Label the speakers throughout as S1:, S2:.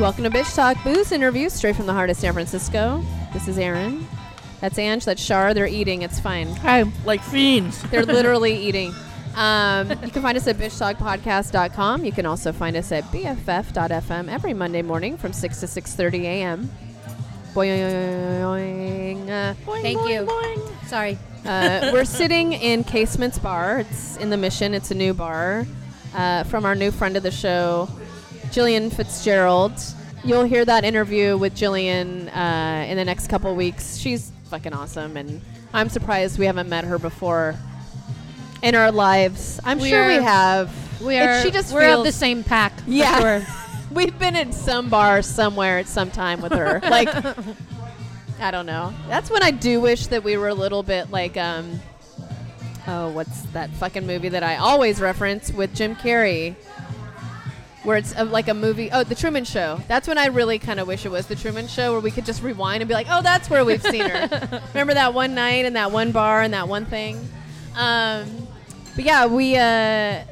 S1: Welcome to Bitch Talk Booze interviews straight from the heart of San Francisco. This is Aaron. That's Ange. That's Shar. They're eating. It's fine.
S2: Hi. Like fiends.
S1: They're literally eating. Um, you can find us at bitchtalkpodcast.com. You can also find us at bff.fm every Monday morning from 6 to 6.30 a.m. Boing. Uh,
S2: Boing,
S3: Thank
S2: boing,
S3: you.
S2: boing.
S3: Sorry.
S1: uh, we're sitting in Casement's Bar. It's in the Mission. It's a new bar uh, from our new friend of the show, Jillian Fitzgerald. You'll hear that interview with Jillian uh, in the next couple weeks. She's fucking awesome, and I'm surprised we haven't met her before in our lives. I'm
S3: We
S1: sure
S3: are-
S1: we have.
S3: We
S1: It-
S3: are.
S1: she just
S3: we're of
S1: feels-
S3: the same pack. for
S1: Yeah.
S3: sure.
S1: We've been in some bar somewhere at some time with her. like, I don't know. That's when I do wish that we were a little bit like, um, oh, what's that fucking movie that I always reference with Jim Carrey? Where it's uh, like a movie. Oh, The Truman Show. That's when I really kind of wish it was The Truman Show, where we could just rewind and be like, oh, that's where we've seen her. Remember that one night and that one bar and that one thing? Um, but yeah, we uh, uh,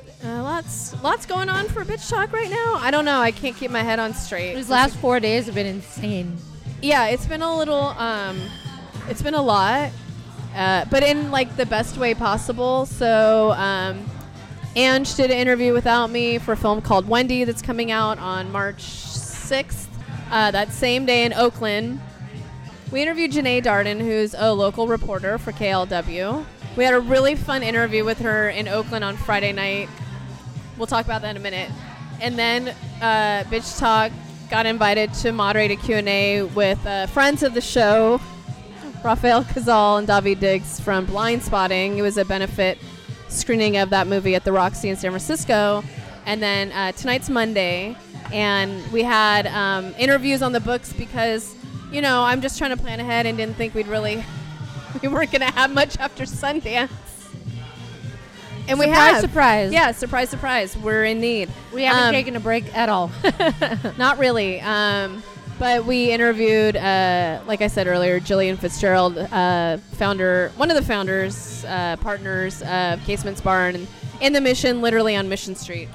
S1: lots lots going on for bitch talk right now. I don't know. I can't keep my head on straight.
S3: These last four days have been insane.
S1: Yeah, it's been a little. Um, it's been a lot, uh, but in like the best way possible. So. Um, Ange did an interview without me for a film called Wendy that's coming out on March 6th, uh, that same day in Oakland. We interviewed Janae Darden, who's a local reporter for KLW. We had a really fun interview with her in Oakland on Friday night. We'll talk about that in a minute. And then uh, Bitch Talk got invited to moderate a Q&A with uh, friends of the show, Rafael Cazal and Davi Diggs from Blind Spotting. It was a benefit screening of that movie at the Roxy in San Francisco. And then uh, tonight's Monday, and we had um, interviews on the books because, you know, I'm just trying to plan ahead and didn't think we'd really, we weren't going to have much after Sundance. And we
S3: Surprise,
S1: have.
S3: surprise.
S1: Yeah, surprise, surprise. We're in need.
S3: We haven't
S1: Um,
S3: taken a break at all.
S1: Not really. Um, but we interviewed, uh, like I said earlier, Jillian Fitzgerald, uh, founder, one of the founders, uh, partners of Casement's Barn in the Mission, literally on Mission Street.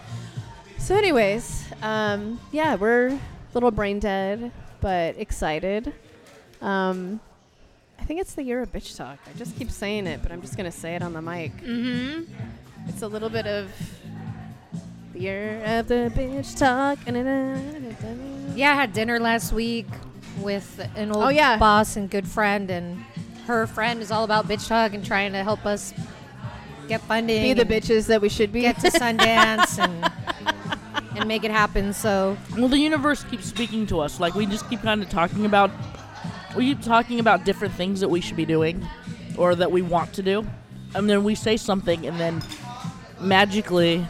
S1: So, anyways, um, yeah, we're a little brain dead, but excited. Um, I think it's the year of bitch talk. I just keep saying it, but I'm just gonna say it on the mic.
S3: mm-hmm.
S1: It's a little bit of the year of the bitch talk.
S3: Yeah, I had dinner last week with an old
S1: Oh, yeah.
S3: boss and good friend, and her friend is all about bitch talk and trying to help us get funding,
S1: Be the
S3: and
S1: bitches that we should be.
S3: get to Sundance, and and make it happen. So
S2: Well, the universe keeps speaking to us. Like we just keep kind of talking about, we keep talking about different things that we should be doing, or that we want to do, and then we say something, and then magically,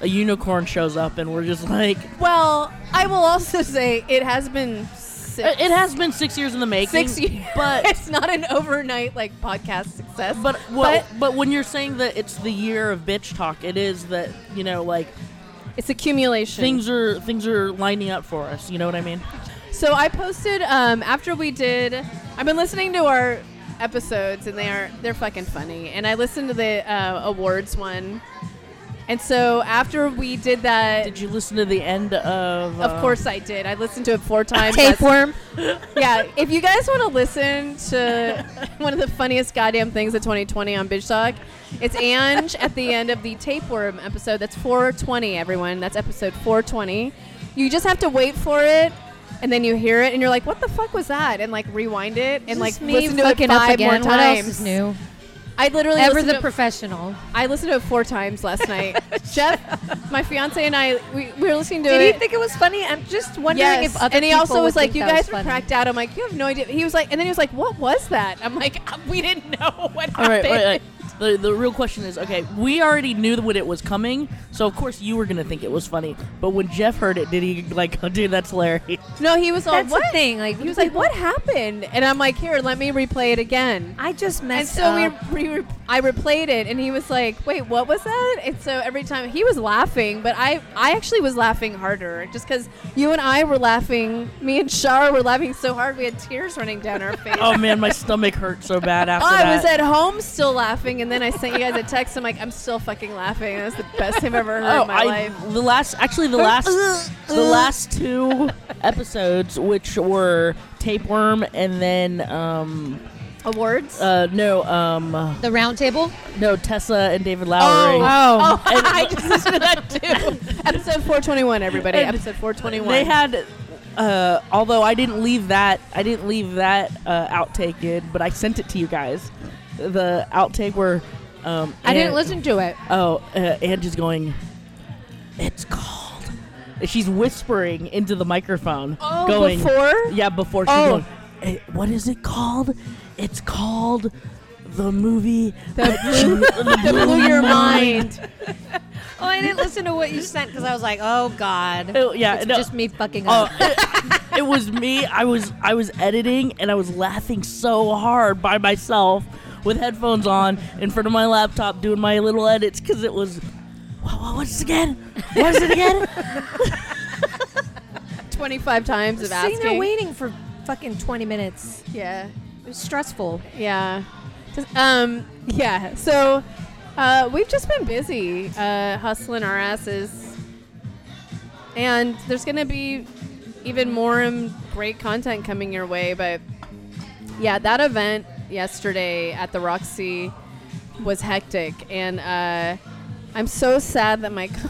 S2: a unicorn shows up, and we're just like,
S1: well, I will also say it has been six,
S2: "Uh, it it has been six years in the making.
S1: six years,
S2: but
S1: it's not an overnight like podcast success.
S2: But well, but, when you're saying that it's the year of bitch talk, it is that you know like
S1: it's accumulation.
S2: things are things are lining up for us. You know what I mean?
S1: So I posted um, after we did. I've been listening to our episodes, and they are they're fucking funny. And I listened to the uh, awards one. And so after we did that,
S2: Did you listen to the end of?
S1: of
S3: Oh.
S2: uh,
S1: course I did. I listened to it four times. That's-
S3: tapeworm.
S1: yeah, if you guys want to listen to one of the funniest goddamn things of 2020 on Bitch Talk, it's Ange at the end of the tapeworm episode. That's 420, everyone. That's episode 420. You just have to wait for it, and then you hear it, and you're like, "What the fuck was that?" And like rewind it, and like
S3: Just me
S1: listen to it
S3: fucking
S1: five
S3: up again.
S1: more
S3: What
S1: times.
S3: else is new?
S1: I literally
S3: Ever
S1: listened
S3: the
S1: to-
S3: professional.
S1: I listened to it four times last night. Jeff, my fiance, and I we, we were listening to
S4: Did
S1: it.
S4: he think it was funny? I'm just wondering
S1: Yes.
S4: if other
S1: and he
S4: people
S1: also
S4: would
S1: was like,
S4: think
S1: "You
S4: that
S1: guys
S4: was
S1: were
S4: funny."
S1: cracked out." I'm like, "You have no idea." He was like, and then he was like, "What was that?" I'm like, "We didn't know what
S2: All right,
S1: happened."
S2: wait, wait. The, the real question is okay, we already knew when it was coming, so of course you were going to think it was funny. But when Jeff heard it, did he, like, oh, dude, that's hilarious?
S1: No, he was all,
S4: That's
S1: "What?"
S4: the thing. Like
S1: He was like, "What happened?" And I'm like, "Here, let me replay it again."
S4: I just
S1: And
S4: messed
S1: so we,
S4: up.
S1: we, re- I replayed it, and he was like, "Wait, what was that?" And so every time he was laughing, but I, I actually was laughing harder, just because you and I were laughing. Me and Shar were laughing so hard we had tears running down our face.
S2: Oh, man, my stomach hurt so bad Oh, after
S1: I
S2: that.
S1: was at home still laughing, and and then I sent you guys a text. I'm like, I'm still fucking laughing. That's the best thing I've ever heard
S2: Oh,
S1: in my
S2: I
S1: life.
S2: the last actually the last the last two episodes, which were tapeworm and then um
S1: Awards.
S2: uh no um
S3: The round table?
S2: no Tessa and David Lowry.
S1: oh,
S2: And-
S1: I just listened to that too. Episode 421, everybody.
S2: And
S1: Episode 421.
S2: They had, uh, although I didn't leave that, I didn't leave that uh, outtake in, but I sent it to you guys. The outtake where, um,
S3: I didn't
S2: An-
S3: listen to it.
S2: Oh, uh, Angie's going. It's called. and She's whispering into the microphone.
S1: oh,
S2: going,
S1: before.
S2: Yeah, before she's
S1: Oh.
S2: going. "Eh, What is it called? It's called the movie that blew,
S1: blew your mind.
S3: Oh, I didn't listen to what you sent because I was like, oh God.
S2: Oh, yeah,
S3: It's
S2: no.
S3: just me fucking
S2: Oh,
S3: up.
S2: it, it was me. I was I was editing and I was laughing so hard by myself with headphones on in front of my laptop doing my little edits because it was. What, what was it again? What is it again?
S1: 25 times of asking.
S3: Sitting there waiting for fucking 20 minutes.
S1: Yeah.
S3: It was stressful.
S1: Yeah. Just- um, yeah. So uh, we've just been busy uh, hustling our asses. And there's going to be even more um, great content coming your way. But yeah, that event yesterday at the Roxy was hectic. And uh, I'm so sad that my. Co-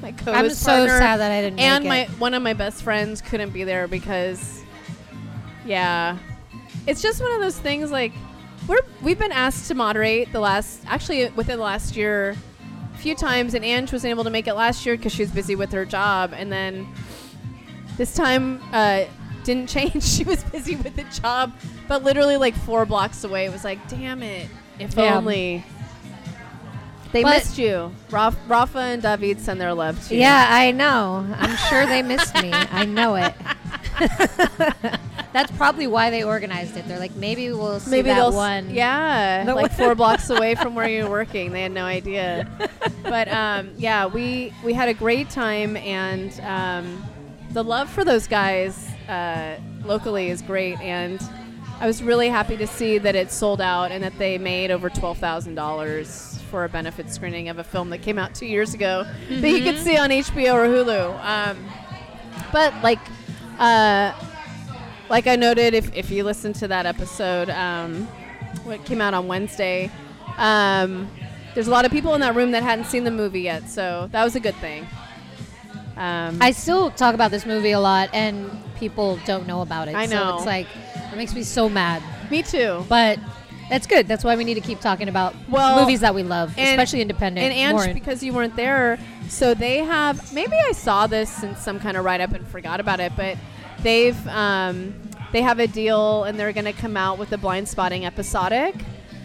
S1: my co
S3: I'm so sad that I didn't
S1: and
S3: make
S1: my
S3: it.
S1: one of my best friends couldn't be there because yeah it's just one of those things like we're we've been asked to moderate the last actually within the last year a few times and Ange wasn't able to make it last year because she was busy with her job and then this time uh, didn't change she was busy with the job but literally like four blocks away it was like damn it if
S3: Yeah.
S1: only they
S3: But-
S1: missed you Raf- Rafa and David send their love to you
S3: Yeah, I know. I'm sure they missed me. I know it. That's probably why they organized it. They're like, maybe we'll see that
S1: s-
S3: one.
S1: Yeah,
S3: The
S1: like
S3: one-
S1: four blocks away from where you're working. They had no idea. But um, yeah, we we had a great time, and um, the love for those guys uh, locally is great. And I was really happy to see that it sold out and that they made over twelve thousand dollars for a benefit screening of a film that came out two years ago that you could see on HBO or Hulu. Um, but like. Uh, like I noted, if, if you listen to that episode, um, what came out on Wednesday, um, there's a lot of people in that room that hadn't seen the movie yet, so that was a good thing. Um,
S3: I still talk about this movie a lot, and people don't know about it.
S1: I
S3: So
S1: know.
S3: it's like, it makes me so mad.
S1: me too.
S3: But that's good. That's why we need to keep talking about
S1: Well,
S3: movies that we love,
S1: and-
S3: especially independent.
S1: And Ange,
S3: more-
S1: because you weren't there, so they have. Maybe I saw this in some kind of write up and forgot about it, but they've um, they have a deal, and they're going to come out with a blind spotting episodic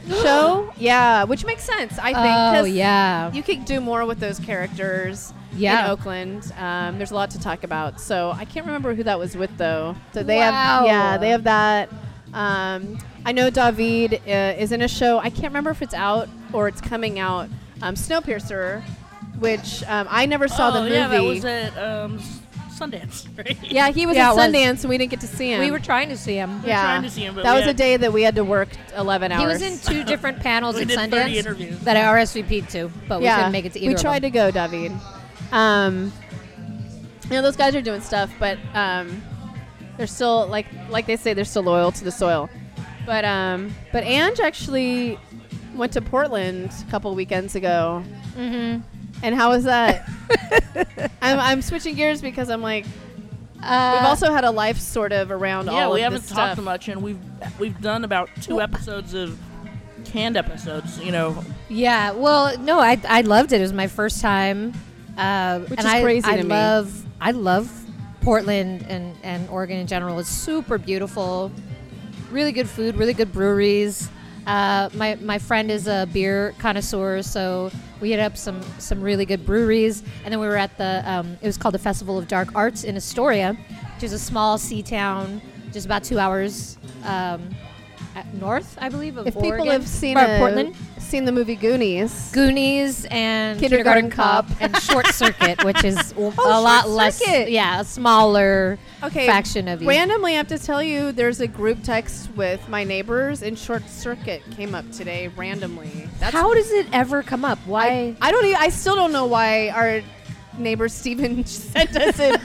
S1: show. Yeah, which makes sense. I think.
S3: oh
S1: 'cause
S3: yeah,
S1: you could do more with those characters
S3: Yeah.
S1: in Oakland. Um, there's a lot to talk about. So I can't remember who that was with though. So they
S3: Wow.
S1: have yeah, they have that. Um, I know David uh, is in a show. I can't remember if it's out or it's coming out. Um, Snowpiercer, which um, I never saw the movie.
S2: Oh, Yeah, that was at um, Sundance. Right?
S1: Yeah, he was
S3: Yeah,
S1: at
S3: it was.
S1: Sundance, and we didn't get to see him.
S3: we were trying to see him.
S1: yeah.
S2: trying to see him, but
S1: that
S2: we
S1: was a
S2: had-
S1: day that we had to work 11 hours.
S3: He was in two different panels
S2: We
S3: at
S2: did 30
S3: Sundance
S2: interviews.
S3: that I RSVP'd to, but we couldn't make it to either.
S1: We tried to go, David. Um, you know, those guys are doing stuff, but um, they're still like like they say they're still loyal to the soil. But um, but Ange actually went to Portland a couple weekends ago,
S3: Mm-hmm.
S1: and how was that? I'm, I'm switching gears because I'm like
S3: to. Uh,
S1: we've also had a life sort of around all
S2: yeah,
S1: of
S2: we
S1: this
S2: haven't talked
S1: stuff.
S2: much, and we've we've done about two episodes of canned episodes. You know,
S3: Yeah. Well, no, I I loved it. It was my first time, uh,
S1: Which
S3: and
S1: is
S3: I,
S1: crazy
S3: I
S1: to me.
S3: love I love Portland and and Oregon in general. It's super beautiful, really good food, really good breweries. Uh, my my friend is a beer connoisseur, so we hit up some some really good breweries, and then we were at the um, it was called the Festival of Dark Arts in Astoria, which is a small sea town, just about two hours. Um, at north, I believe, of
S1: If
S3: Oregon.
S1: people have seen
S3: or
S1: a
S3: Portland,
S1: seen the movie Goonies.
S3: Goonies and
S1: Kindergarten
S3: Kindergarten, Cop,
S1: Cop.
S3: and Short Circuit, which is w-
S1: Oh,
S3: a lot
S1: Short
S3: less.
S1: Circuit.
S3: Yeah, a smaller
S1: Okay.
S3: faction of you.
S1: Randomly, I have to tell you, there's a group text with my neighbors, and Short Circuit came up today randomly. That's
S3: How does it ever come up? Why?
S1: I, I don't. e- I still don't know why our neighbor Steven sent us a,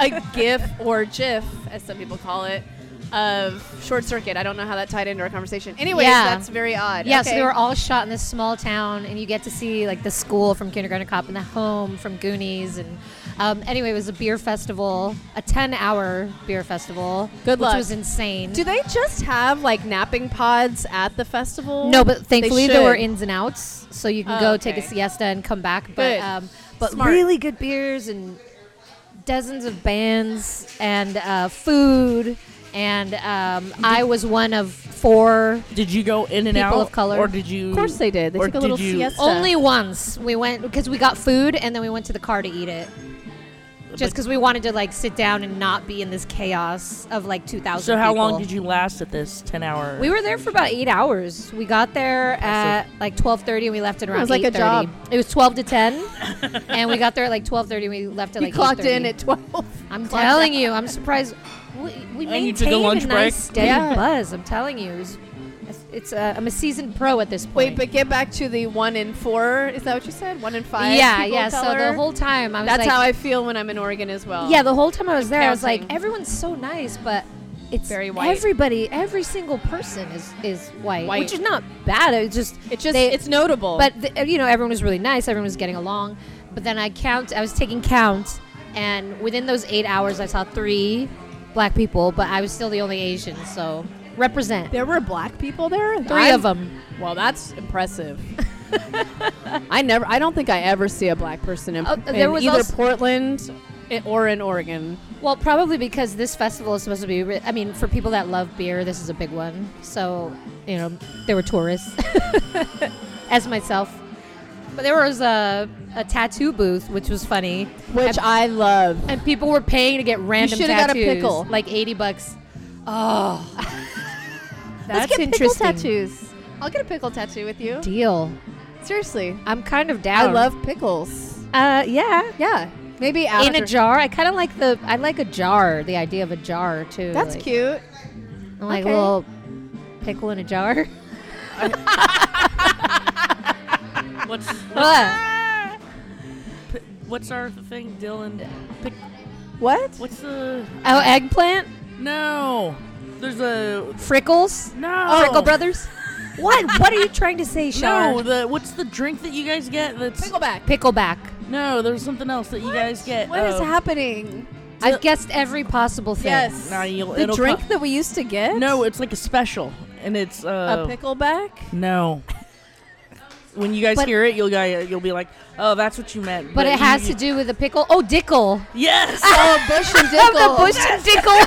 S1: a GIF or GIF, as some people call it, of short circuit. I don't know how that tied into our conversation. Anyways,
S3: Yeah.
S1: that's very odd.
S3: yeah, so
S1: Okay.
S3: they were all shot in this small town, and you get to see like the school from Kindergarten Cop and the home from Goonies. And um, anyway, it was a beer festival, a ten-hour beer festival.
S1: Good
S3: which
S1: luck.
S3: was insane.
S1: Do they just have like napping pods at the festival?
S3: No, but thankfully
S1: They
S3: there were
S1: should.
S3: ins and outs, so you can
S1: Oh,
S3: go take a
S1: okay.
S3: siesta and come back.
S1: Good.
S3: But um, but
S1: Smart.
S3: really good beers and dozens of bands and uh, food. And um, I was one of four.
S2: Did you go in and
S3: People
S2: out
S3: of color.
S2: or did you?
S1: Of course they did. They
S2: or
S1: took a little
S2: did you,
S1: siesta.
S3: Only once we went because we got food and then we went to the car to eat it. Just because we wanted to like sit down and not be in this chaos of like two thousand.
S2: So how long did you last at this ten-hour?
S3: We were there for about eight hours. We got there at like twelve thirty, and we left at around.
S1: was like a
S3: 8:30.
S1: job.
S3: It was twelve to ten, and we got there at like twelve thirty. We left at
S1: We
S3: like.
S1: clocked in
S3: 8:30.
S1: at twelve.
S3: I'm
S1: clocked
S3: telling you, I'm surprised. We, we
S2: And you
S3: maintained
S2: took a lunch break?
S3: nice steady
S1: Yeah.
S3: buzz. I'm telling you, it was- it's, it's uh, I'm a seasoned pro at this
S1: Wait,
S3: point.
S1: but get back to the one in four. Is that what you said? One in five.
S3: yeah,
S1: people of
S3: yeah. So
S1: color?
S3: the whole time I was
S1: That's
S3: like,
S1: how I feel when I'm in Oregon as well.
S3: yeah, the whole time I was there, I was like,
S1: Counting.
S3: everyone's so nice, but it's
S1: Very white.
S3: Everybody, every single person is is white,
S1: White.
S3: which is not bad. It's just
S1: It just
S3: they-
S1: it's notable.
S3: But the, you know, everyone was really nice. Everyone was getting along. But then I count. I was taking count, and within those eight hours, I saw three black people. But I was still the only Asian. So represent 3
S1: there were black people there.
S3: of them.
S1: Well, that's impressive. I never. I don't think I ever see a black person in,
S3: Oh,
S1: in
S3: there was
S1: either
S3: also-
S1: Portland i- or in Oregon.
S3: Well, probably because this festival is supposed to be. Re- I mean, for people that love beer, this is a big one. So you know, there were tourists, as myself. But there was a, a tattoo booth, which was funny.
S1: Which I love.
S3: And people were paying to get random
S1: shoulda
S3: tattoos.
S1: got a pickle.
S3: Like 80 bucks. Oh.
S1: Let's get pickle tattoos. I'll get a pickle tattoo with you.
S3: Deal.
S1: Seriously,
S3: I'm kind of
S1: I
S3: down.
S1: love pickles.
S3: uh yeah.
S1: Yeah, maybe
S3: In a jar. I kind of like the I like a jar, the idea of a jar too.
S1: That's
S3: like,
S1: cute.
S3: I Like
S1: Okay.
S3: a little pickle in a jar.
S2: What's
S3: What?
S2: p- what's our thing, Dylan? Pick,
S1: What?
S2: what's the?
S3: oh, eggplant?
S2: No, there's a
S3: Frickles?
S2: no.
S1: Oh.
S3: Frickle Oh, brothers? what? What are you trying to say, Char?
S2: No, the what's the drink that you guys get? That's
S1: Pickleback.
S3: Pickleback.
S2: no. There's something else that you guys get.
S1: What is
S2: oh.
S1: happening?
S3: I've guessed every possible thing.
S1: Yes.
S2: Nah, you'll-
S1: the
S2: it'll
S1: drink
S2: co-
S1: that we used to get.
S2: No, it's like a special, and it's uh,
S1: a pickleback.
S2: No. When you guys
S3: But-
S2: hear it, you'll go- you'll be like, "Oh, that's what you meant."
S3: But it has to do with a pickle. Oh, dickle.
S2: Yes.
S1: Oh, Bush and
S3: Of the bush and dickle.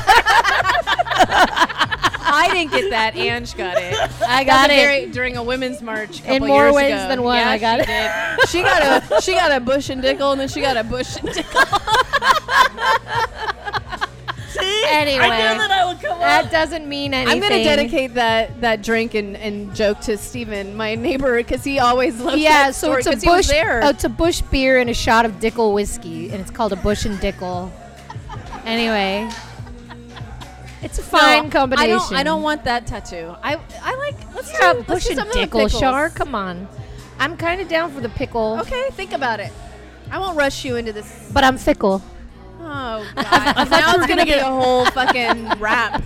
S1: I didn't get that. Ange got it.
S3: I
S1: That
S3: got
S1: was
S3: it.
S1: a very- during a women's march. a couple
S3: In more
S1: years
S3: ways
S1: ago.
S3: than one,
S1: Yeah,
S3: I got
S1: she
S3: it.
S1: Did. She got a she got a bush and dickle, and then she got a bush and dickle.
S2: See?
S3: Anyway.
S2: I knew that I would come
S3: That
S2: up.
S3: doesn't mean anything.
S1: I'm gonna dedicate that that drink and, and joke to Steven, my neighbor, because he always loves
S3: Yeah,
S1: that
S3: so
S1: story
S3: it's a
S1: 'cause he was
S3: bush.
S1: there.
S3: Oh, it's a bush beer and a shot of Dickel whiskey, and it's called a bush and Dickel. Anyway, it's a fine combination.
S1: I don't, I don't want that tattoo. I I like let's
S3: Yeah,
S1: do, let's
S3: bush
S1: do
S3: and
S1: something with
S3: Dickel,
S1: pickles.
S3: Char. Come on, I'm kind of down for the pickle,
S1: Okay, think about it. I won't rush you into this.
S3: but I'm fickle.
S1: Oh god!
S2: I thought
S1: now
S2: you
S1: it's gonna
S2: were gonna
S1: be a
S2: get-
S1: whole fucking rap.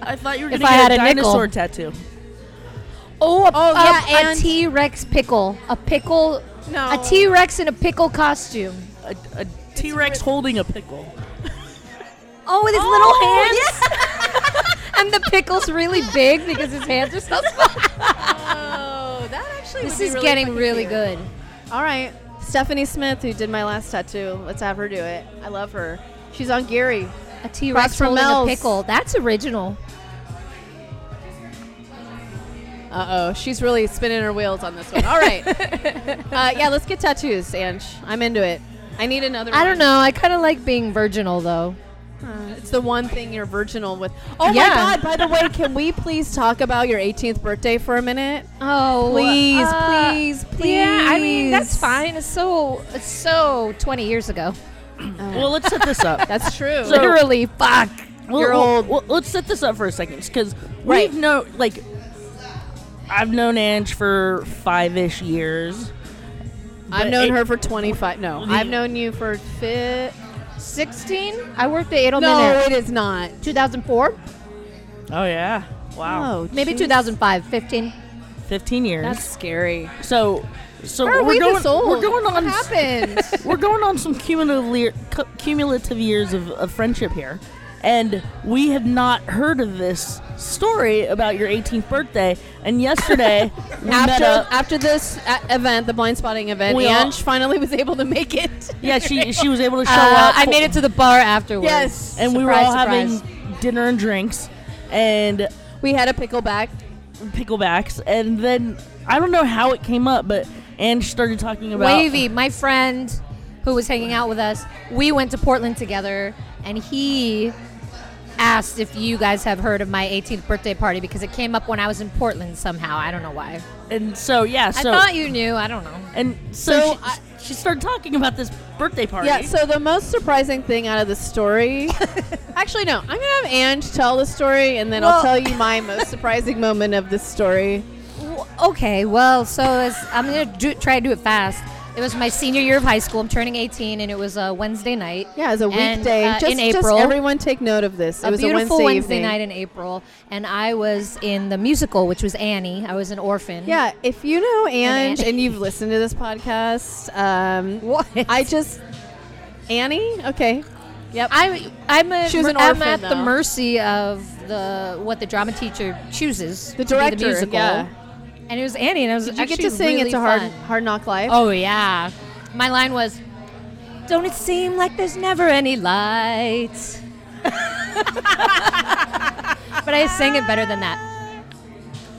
S2: I thought you were
S3: If
S2: gonna
S3: I
S2: get
S3: had
S2: a
S3: a nickel.
S2: dinosaur tattoo.
S3: Oh, a,
S1: Oh,
S3: a-
S1: yeah,
S3: a
S1: and-
S3: T-Rex pickle, a pickle,
S1: No.
S3: a T-Rex in a pickle costume.
S2: A, a T-Rex holding a pickle.
S3: Oh, with his little
S1: Oh,
S3: hands. and the pickle's really big because his hands are so small.
S1: Oh, that actually. would
S3: This
S1: be
S3: is
S1: really
S3: getting
S1: fucking
S3: really
S1: cute.
S3: good.
S1: All right, Stephanie Smith, who did my last tattoo. Let's have her do it. I love her. She's on Gary.
S3: A T Rex
S1: from
S3: holding
S1: Mel's.
S3: a pickle. That's original.
S1: Uh oh, she's really spinning her wheels on this one. All right. uh, yeah, let's get tattoos, Ange. I'm into it. I need another.
S3: I
S1: one.
S3: don't know. I kind of like being virginal though.
S1: It's the one thing you're virginal with. Oh
S3: Yeah.
S1: my god! By the way, can we please talk about your 18th birthday for a minute?
S3: Oh,
S1: Please,
S3: uh,
S1: please, please.
S3: Yeah, I mean that's fine. It's so it's so 20 years ago.
S2: Well, let's set this up.
S1: That's true.
S2: So-
S3: Literally, fuck.
S2: Well,
S1: You're
S2: well,
S1: old.
S2: well, let's set this up for a second, because
S1: Right.
S2: we've known like I've known Ange for five ish years.
S1: I've
S2: but
S1: known
S2: it-
S1: her for 25. No,
S2: The-
S1: I've known you for fit.
S3: 16? I worked at Edelman.
S1: No, it
S3: at
S1: is not.
S3: 2004,
S2: Oh yeah, wow,
S1: Oh,
S3: maybe
S1: jeez.
S3: 2005, 15.
S2: Oh, fifteen years.
S1: That's scary.
S2: so, so
S1: How are
S2: we're
S1: we
S2: going.
S1: this old?
S2: We're going
S1: What
S2: on.
S1: happened?
S2: We're going on some cumulative cu- cumulative years of, of friendship here, and we have not heard of this story about your 18th birthday. And yesterday, we met
S1: after
S2: up.
S1: after this uh, event, the blind spotting event,
S2: We all-
S1: Ange finally was able to make it.
S2: Yeah, she she was able to show
S3: Uh,
S2: up.
S3: I
S2: for-
S3: made it to the bar afterwards.
S1: Yes.
S2: and we were
S3: Surprise,
S2: all
S3: surprise.
S2: having dinner and drinks and
S1: We had a pickleback.
S2: picklebacks and then i don't know how it came up but Ange started talking about
S3: Wavy, my friend who was hanging out with us, we went to Portland together, and he asked if you guys have heard of my 18th birthday party because it came up when I was in Portland somehow. I don't know why.
S2: and so yeah so
S3: I thought you knew. I don't know.
S2: and so,
S1: So
S2: she,
S1: I-
S2: she started talking about this birthday party
S1: Yeah, so the most surprising thing out of the story. actually, no. I'm going to have Ange tell the story, and then I'll
S3: Well-
S1: tell you my most surprising moment of this story.
S3: W- Okay, well, so it's, I'm gonna do, try to do it fast. It was my senior year of high school. I'm turning 18, and it was a Wednesday night.
S1: Yeah, it was a
S3: And,
S1: weekday.
S3: uh,
S1: just,
S3: in
S1: just
S3: April.
S1: everyone take note of this. It
S3: a
S1: was
S3: beautiful
S1: a Wednesday,
S3: Wednesday
S1: evening.
S3: night in April, and I was in the musical, which was Annie. I was an orphan.
S1: Yeah, if you know
S3: And
S1: Ange
S3: Annie.
S1: and you've listened to this podcast, um,
S3: What?
S1: I just Annie. Okay,
S3: Yep. I'm I'm, a,
S1: She was an
S3: I'm
S1: orphan,
S3: at the
S1: though.
S3: mercy of the what the drama teacher chooses.
S1: the
S3: to be
S1: director.
S3: the musical.
S1: yeah.
S3: And it was Annie, and I was
S1: Did you get
S3: actually
S1: to sing
S3: really
S1: "It's a Hard
S3: fun.
S1: Hard Knock Life"?
S3: Oh yeah. My line was, "Don't it seem like there's never any light?" but I sang it better than that.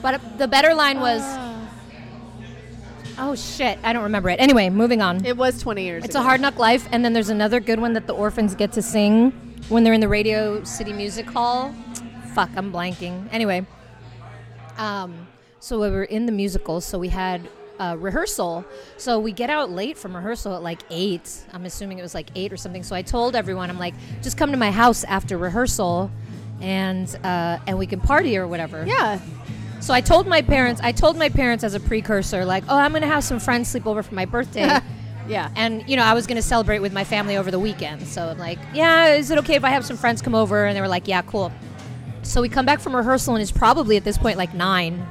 S3: But the better line was, "Oh shit, I don't remember it." Anyway, moving on.
S1: It was 20 years.
S3: It's
S1: ago.
S3: a hard knock life, and then there's another good one that the orphans get to sing when they're in the Radio City Music Hall. Fuck, I'm blanking. Anyway, um, so we were in the musical, so we had uh, rehearsal. So we get out late from rehearsal at like eight. I'm assuming it was like eight or something. So I told everyone, I'm like, just come to my house after rehearsal, and uh, and we can party or whatever.
S1: Yeah.
S3: So I told my parents. I told my parents as a precursor, like, oh, I'm gonna have some friends sleep over for my birthday.
S1: Yeah.
S3: And you know, I was going to celebrate with my family over the weekend. So I'm like, yeah, is it okay if I have some friends come over? And they were like, yeah, cool. So we come back from rehearsal and it's probably at this point like 9.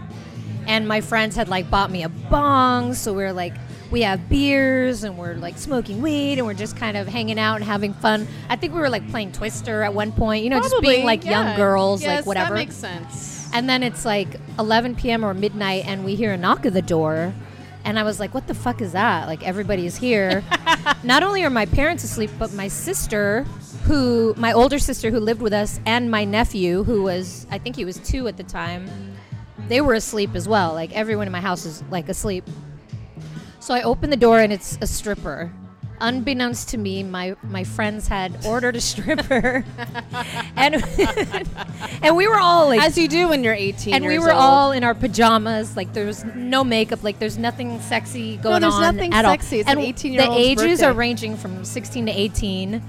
S3: And my friends had like bought me a bong, so we are like we have beers and we're like smoking weed and we're just kind of hanging out and having fun. I think we were like playing Twister at one point, you know, just being like young girls, like whatever.
S1: That makes sense.
S3: And then it's like 11 p.m. or midnight, and we hear a knock at the door. And I was like, what the fuck is that? Like, everybody's here. Not only are my parents asleep, but my sister, who, my older sister who lived with us, and my nephew, who was, I think he was two at the time, they were asleep as well. Like, everyone in my house is like asleep. So I open the door, and it's a stripper. Unbeknownst to me, my, my friends had ordered a stripper. and, and we were all like,
S1: As you do when you're 18.
S3: and we
S1: years
S3: were
S1: old.
S3: all in our pajamas. Like there was no makeup. Like there's nothing sexy going
S1: there's
S3: on
S1: nothing
S3: at all.
S1: sexy. It's an
S3: and
S1: 18-year-old's
S3: The ages
S1: birthday.
S3: are ranging from 16 to 18,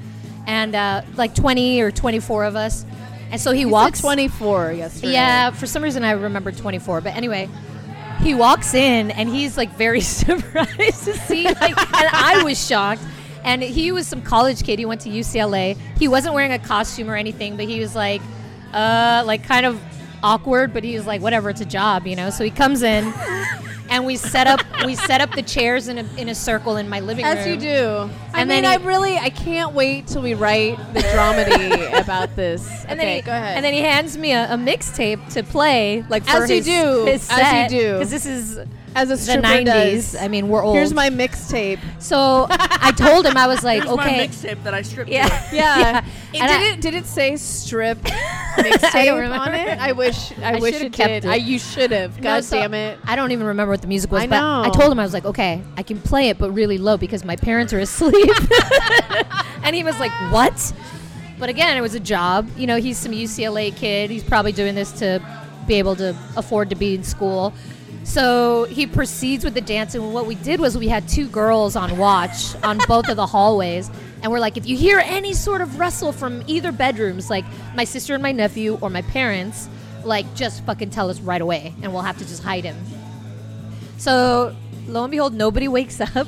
S3: and uh, like 20 or 24 of us. And so he
S1: He said
S3: walks.
S1: 24 yesterday.
S3: Yeah, for some reason I remember 24, but anyway, he walks in and he's like very surprised to see, like, and I was shocked. And he was some college kid. He went to UCLA. He wasn't wearing a costume or anything, but he was like, uh, like kind of awkward. But he was like, whatever, it's a job, you know. So he comes in, and we set up we set up the chairs in a, in a circle in my living room.
S1: As you do. I
S3: And
S1: mean,
S3: then
S1: I
S3: he-
S1: really, I can't wait till we write the dramedy about this.
S3: And
S1: okay,
S3: then he,
S1: go ahead.
S3: And then he hands me a, a mixtape to play, like for
S1: As you
S3: his,
S1: do,
S3: his
S1: as you do.
S3: because this is
S1: as a
S3: the
S1: stripper
S3: nineties.
S1: does.
S3: I mean, we're old.
S1: Here's my mixtape.
S3: so I told him I was like,
S2: Here's my
S3: okay,
S2: mixtape that i stripped
S3: yeah,
S2: to.
S1: Yeah. It,
S3: And
S1: did
S3: I-
S1: it did it say strip
S3: I don't
S1: mixtape
S3: remember.
S1: on it? I wish I,
S3: I
S1: wish
S3: should've
S1: it
S3: kept
S1: did.
S3: it.
S1: I, you should have.
S3: No,
S1: God
S3: so
S1: damn it.
S3: I don't even remember what the music was,
S1: I
S3: but
S1: know.
S3: I told him I was like, okay, I can play it, but really low because my parents are asleep. and he was like, what? But again, it was a job. You know, he's some UCLA kid. He's probably doing this to be able to afford to be in school. So he proceeds with the dance. And what we did was we had two girls on watch on both of the hallways. And we're like, if you hear any sort of rustle from either bedrooms, like my sister and my nephew or my parents, like just fucking tell us right away and we'll have to just hide him. So lo and behold, nobody wakes up.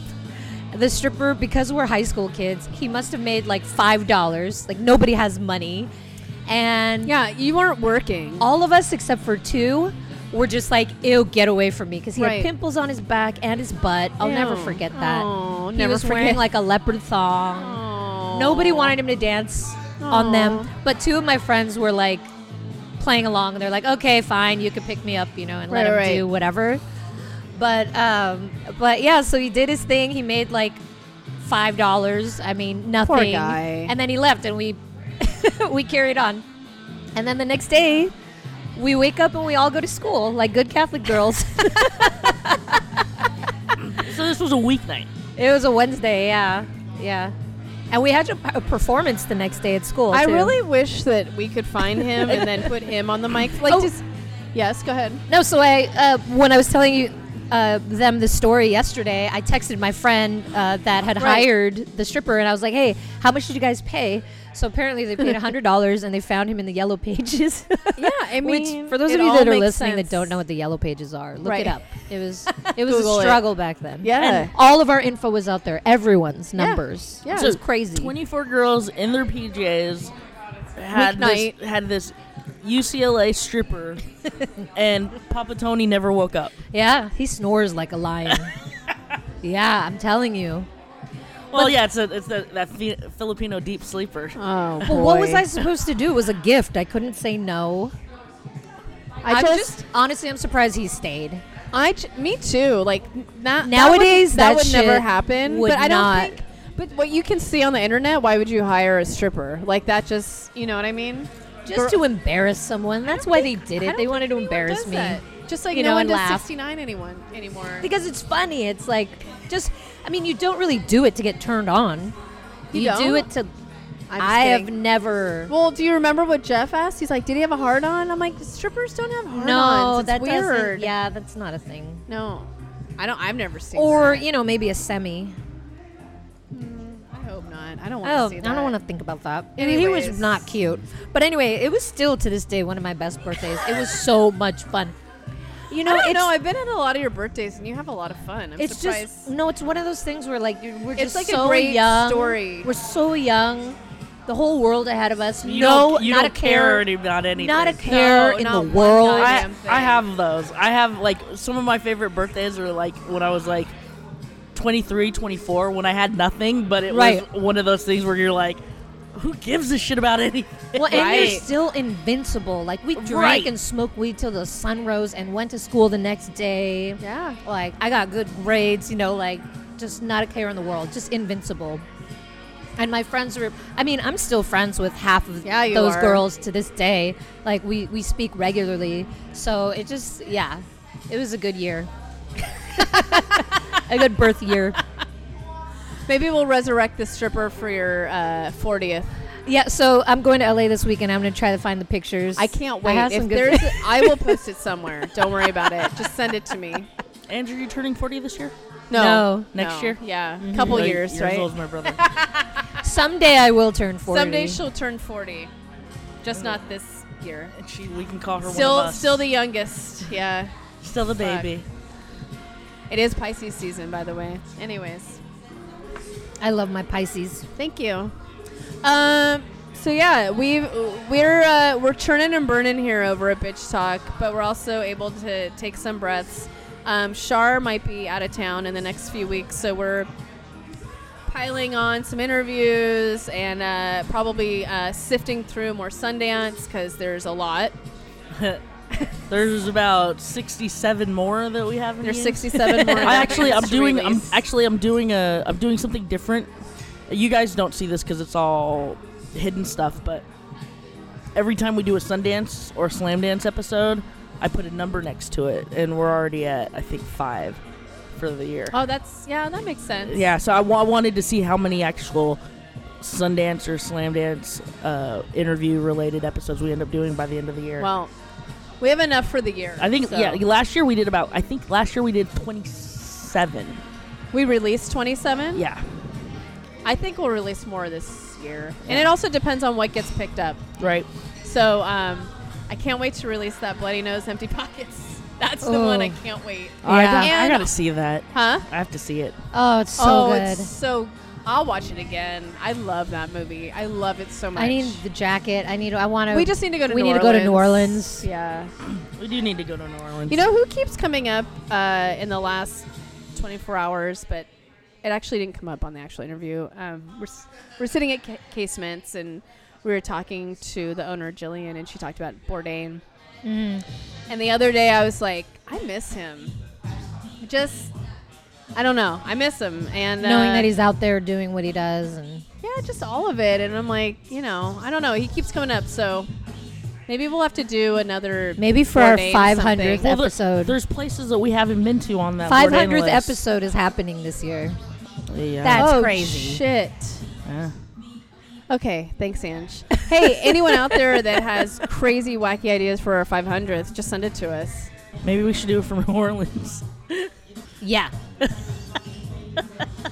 S3: The stripper, because we're high school kids, he must have made like five dollars. Like nobody has money, and
S1: Yeah, you weren't working.
S3: all of us except for two were just like, "Ew, get away from me," because he
S1: Right.
S3: had pimples on his back and his butt. I'll never
S1: Ew.
S3: forget that.
S1: Aw,
S3: he
S1: never
S3: was
S1: forget.
S3: wearing like a leopard thong. Nobody wanted him to dance on
S1: Aw.
S3: them, but two of my friends were like playing along, and they're like, "Okay, fine, you can pick me up," you know, and let
S1: Right,
S3: him
S1: right.
S3: do whatever. But um, but yeah, so he did his thing. He made like five dollars. I mean, nothing.
S1: guy.
S3: And then he left, and we we carried on. And then the next day, we wake up and we all go to school like good Catholic girls.
S2: So this was a weeknight.
S3: it was a Wednesday, yeah, yeah. And we had a a performance the next day at school.
S1: I
S3: too.
S1: really wish that we could find him and then put him on the mic. Like
S3: Oh.
S1: just yes, go ahead.
S3: No, so I uh, when I was telling you uh, them the story yesterday, I texted my friend uh, that had
S1: Right.
S3: hired the stripper, and I was like, "Hey, how much did you guys pay?" So apparently they paid hundred dollars, and they found him in the yellow pages.
S1: Yeah, I
S3: Which, for those
S1: it
S3: of you
S1: all
S3: that are
S1: makes
S3: listening
S1: sense.
S3: that don't know what the yellow pages are, look
S1: Right.
S3: it up. It was it was
S1: Google
S3: a
S1: it.
S3: struggle back then.
S1: Yeah.
S3: and all of our info was out there. Everyone's numbers.
S1: Yeah.
S3: so it was crazy.
S2: 24 girls in their PJs had
S1: Weeknight.
S2: this, had this UCLA stripper, and Papa Tony never woke up.
S3: yeah, he snores like a lion. yeah, I'm telling you.
S2: Well, yeah, it's a, it's the, that Fi- Filipino deep sleeper.
S1: Oh,
S3: Well, what was
S1: boy.
S3: I supposed to do? It was a gift. I couldn't say no.
S1: I
S3: I'm
S1: just,
S3: honestly, I'm surprised he stayed.
S1: I j- me too. Like n- not
S3: Nowadays,
S1: that
S3: that
S1: would, that would never
S3: shit
S1: happen.
S3: would
S1: but I don't
S3: not.
S1: think. But what you can see on the internet, why would you hire a stripper? Like that, just you know what I mean.
S3: Just to embarrass someone. That's why they did
S1: I
S3: it.
S1: don't
S3: They wanted
S1: think
S3: to
S1: anyone
S3: embarrass
S1: does
S3: me.
S1: that. Just like
S3: You
S1: no
S3: know,
S1: one
S3: and
S1: does
S3: laugh.
S1: 69 anyone anymore.
S3: Because it's funny. It's like, just, I mean, you don't really do it to get turned on.
S1: You
S3: You,
S1: don't?
S3: do it to.
S1: I'm just
S3: I have
S1: kidding.
S3: never.
S1: Well, do you remember what Jeff asked? He's like, "Did he have a hard on?" I'm like, "Strippers don't have hard ons.
S3: no,
S1: It's
S3: that
S1: weird."
S3: doesn't. Yeah, that's not a thing.
S1: No, I don't. I've never seen.
S3: Or,
S1: that.
S3: you know, maybe a semi.
S1: I hope not. I don't want to
S3: Oh,
S1: see
S3: I
S1: that.
S3: don't want to think about that. He
S1: Anyways.
S3: was not cute. But anyway, it was still to this day one of my best birthdays. It was so much fun. You know,
S1: I don't
S3: it's
S1: know. I've been at a lot of your birthdays, and you have a lot of fun. I'm
S3: it's
S1: surprised.
S3: just no. It's one of those things where like you- we're
S1: It's
S3: just
S1: like a
S3: so
S1: great
S3: young.
S1: story.
S3: We're so young. The whole world ahead of us.
S2: You
S3: no,
S2: don't, you
S3: not
S2: don't
S3: a care.
S2: any- about anything.
S3: Not a
S1: No,
S3: care in
S1: not
S3: the
S1: one
S3: world.
S1: goddamn
S2: I,
S1: thing.
S2: I have those. I have like some of my favorite birthdays are like when I was like 23, 24 when I had nothing, but it
S3: Right.
S2: was one of those things where you're like who gives a shit about anything?
S3: well, and
S1: Right.
S3: you're still invincible. Like we drank
S2: Right.
S3: and smoked weed till the sun rose, and went to school the next day.
S1: Yeah.
S3: Like I got good grades. You know, like just not a care in the world. Just invincible. And my friends were. I mean, I'm still friends with half of
S1: Yeah, you
S3: those
S1: are.
S3: girls to this day. Like we we speak regularly. So it just yeah, it was a good year. a good birth year.
S1: Maybe we'll resurrect the stripper for your uh, 40th.
S3: Yeah, so I'm going to LA this weekend. I'm going to try to find the pictures.
S1: I can't wait.
S3: have
S1: if
S3: some good
S1: there's, I will post it somewhere. Don't worry about it. Just send it to me.
S2: Andrew, you turning 40 this year?
S1: No,
S3: No.
S2: Next
S1: No.
S2: year? Mm-hmm.
S1: Yeah, a couple
S2: Like,
S1: years,
S2: years
S1: right?
S2: old as my brother.
S3: Someday I will turn 40.
S1: Someday she'll turn 40. Just not this year.
S2: and she, we can call her one of
S1: Still,
S2: us.
S1: still the youngest. Yeah,
S2: still the
S1: fuck.
S2: baby.
S1: it is Pisces season, by the way. Anyways,
S3: I love my Pisces.
S1: thank you. Um. So yeah, we we're uh, we're churning and burning here over at Bitch Talk, but we're also able to take some breaths. Um, Shar might be out of town in the next few weeks, so we're piling on some interviews and uh, probably uh, sifting through more Sundance because there's a lot.
S2: There's about 67 more that we have in
S1: There's
S2: here.
S1: 67 more.
S2: I actually, I'm
S1: to
S2: doing. I'm
S1: release.
S2: actually, I'm doing a. I'm doing something different. You guys don't see this because it's all hidden stuff, but every time we do a Sundance or Slam Dance episode, I put a number next to it, and we're already at I think five for the year.
S1: Oh, that's yeah, that makes sense.
S2: Yeah, so I wa- wanted to see how many actual Sundance or Slam Dance uh, interview related episodes we end up doing by the end of the year.
S1: Well, we have enough for the year.
S2: I think
S1: so.
S2: yeah. Last year we did about. I think last year we did twenty seven.
S1: we released 27.
S2: Yeah.
S1: I think we'll release more this year, and
S2: Yeah.
S1: it also depends on what gets picked up.
S2: Right.
S1: So um, I can't wait to release that bloody nose, empty pockets. That's the one I
S3: Oh.
S1: can't wait.
S2: I,
S3: Yeah.
S2: got, I
S1: And-
S2: gotta see that.
S1: Huh?
S2: I have to see it.
S3: Oh, it's so
S1: oh,
S3: good.
S1: it's so. I'll watch it again. I love that movie. I love it so much.
S3: I need the jacket. I need. I want to.
S1: We just need to go to.
S3: We
S1: New
S3: need to
S1: Orleans.
S3: go to New Orleans.
S1: Yeah.
S2: We do need to go to New Orleans.
S1: You know who keeps coming up uh, in the last 24 hours, but it actually didn't come up on the actual interview. Um, we're, s- we're sitting at ca- Casements and we were talking to the owner, Jillian, and she talked about Bourdain.
S3: Mm.
S1: And the other day I was like, I miss him. Just, I don't know. I miss him. And
S3: Knowing
S1: uh,
S3: that he's out there doing what he does, and
S1: yeah, just all of it. And I'm like, you know, I don't know. He keeps coming up, so maybe we'll have to do another.
S3: maybe for our
S1: Bourdain
S3: 500th
S1: something.
S2: there-
S3: episode.
S2: there's places that we haven't been to on that. Bourdain
S3: 500th
S2: list.
S3: episode is happening this year.
S2: Yeah.
S3: That- That's
S1: oh,
S3: crazy.
S1: Shit.
S2: Yeah.
S1: Okay, thanks, Ange. hey, anyone out there that has crazy, wacky ideas for our 500th, just send it to us.
S2: Maybe we should do it from New Orleans.
S3: Yeah.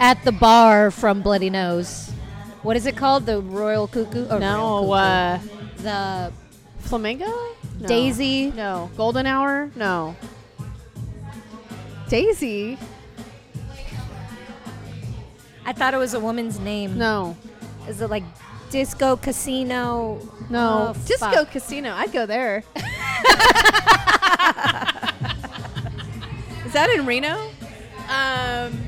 S3: At the bar from Bloody Nose. What is it called? The Royal Cuckoo? Oh,
S1: No,
S3: Royal
S1: uh,
S3: Cuckoo. the
S1: Flamingo? No.
S3: Daisy.
S1: No. Golden Hour? No. Daisy?
S3: I thought it was a woman's name.
S1: No.
S3: Is it like Disco Casino?
S1: No.
S3: Oh,
S1: Disco
S3: fuck.
S1: Casino. I'd go there. Is that in Reno? Um.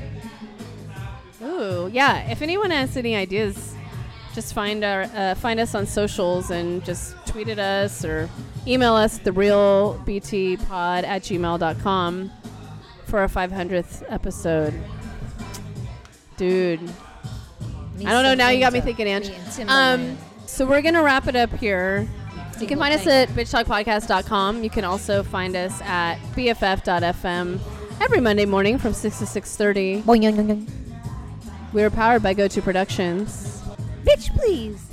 S1: Ooh, yeah. If anyone has any ideas, just find our uh, find us on socials and just tweet at us or email us the real btpod at gmail.com for our 500th episode. Dude, I don't know. Now you got me thinking, Ange. Um, so we're gonna wrap it up here. You can find us at bitchtalkpodcast.com. You can also find us at bff.fm every Monday morning from six to six thirty.
S3: Boing, yoing, yoing, yoing.
S1: We are powered by GoTo Productions.
S3: Bitch, please.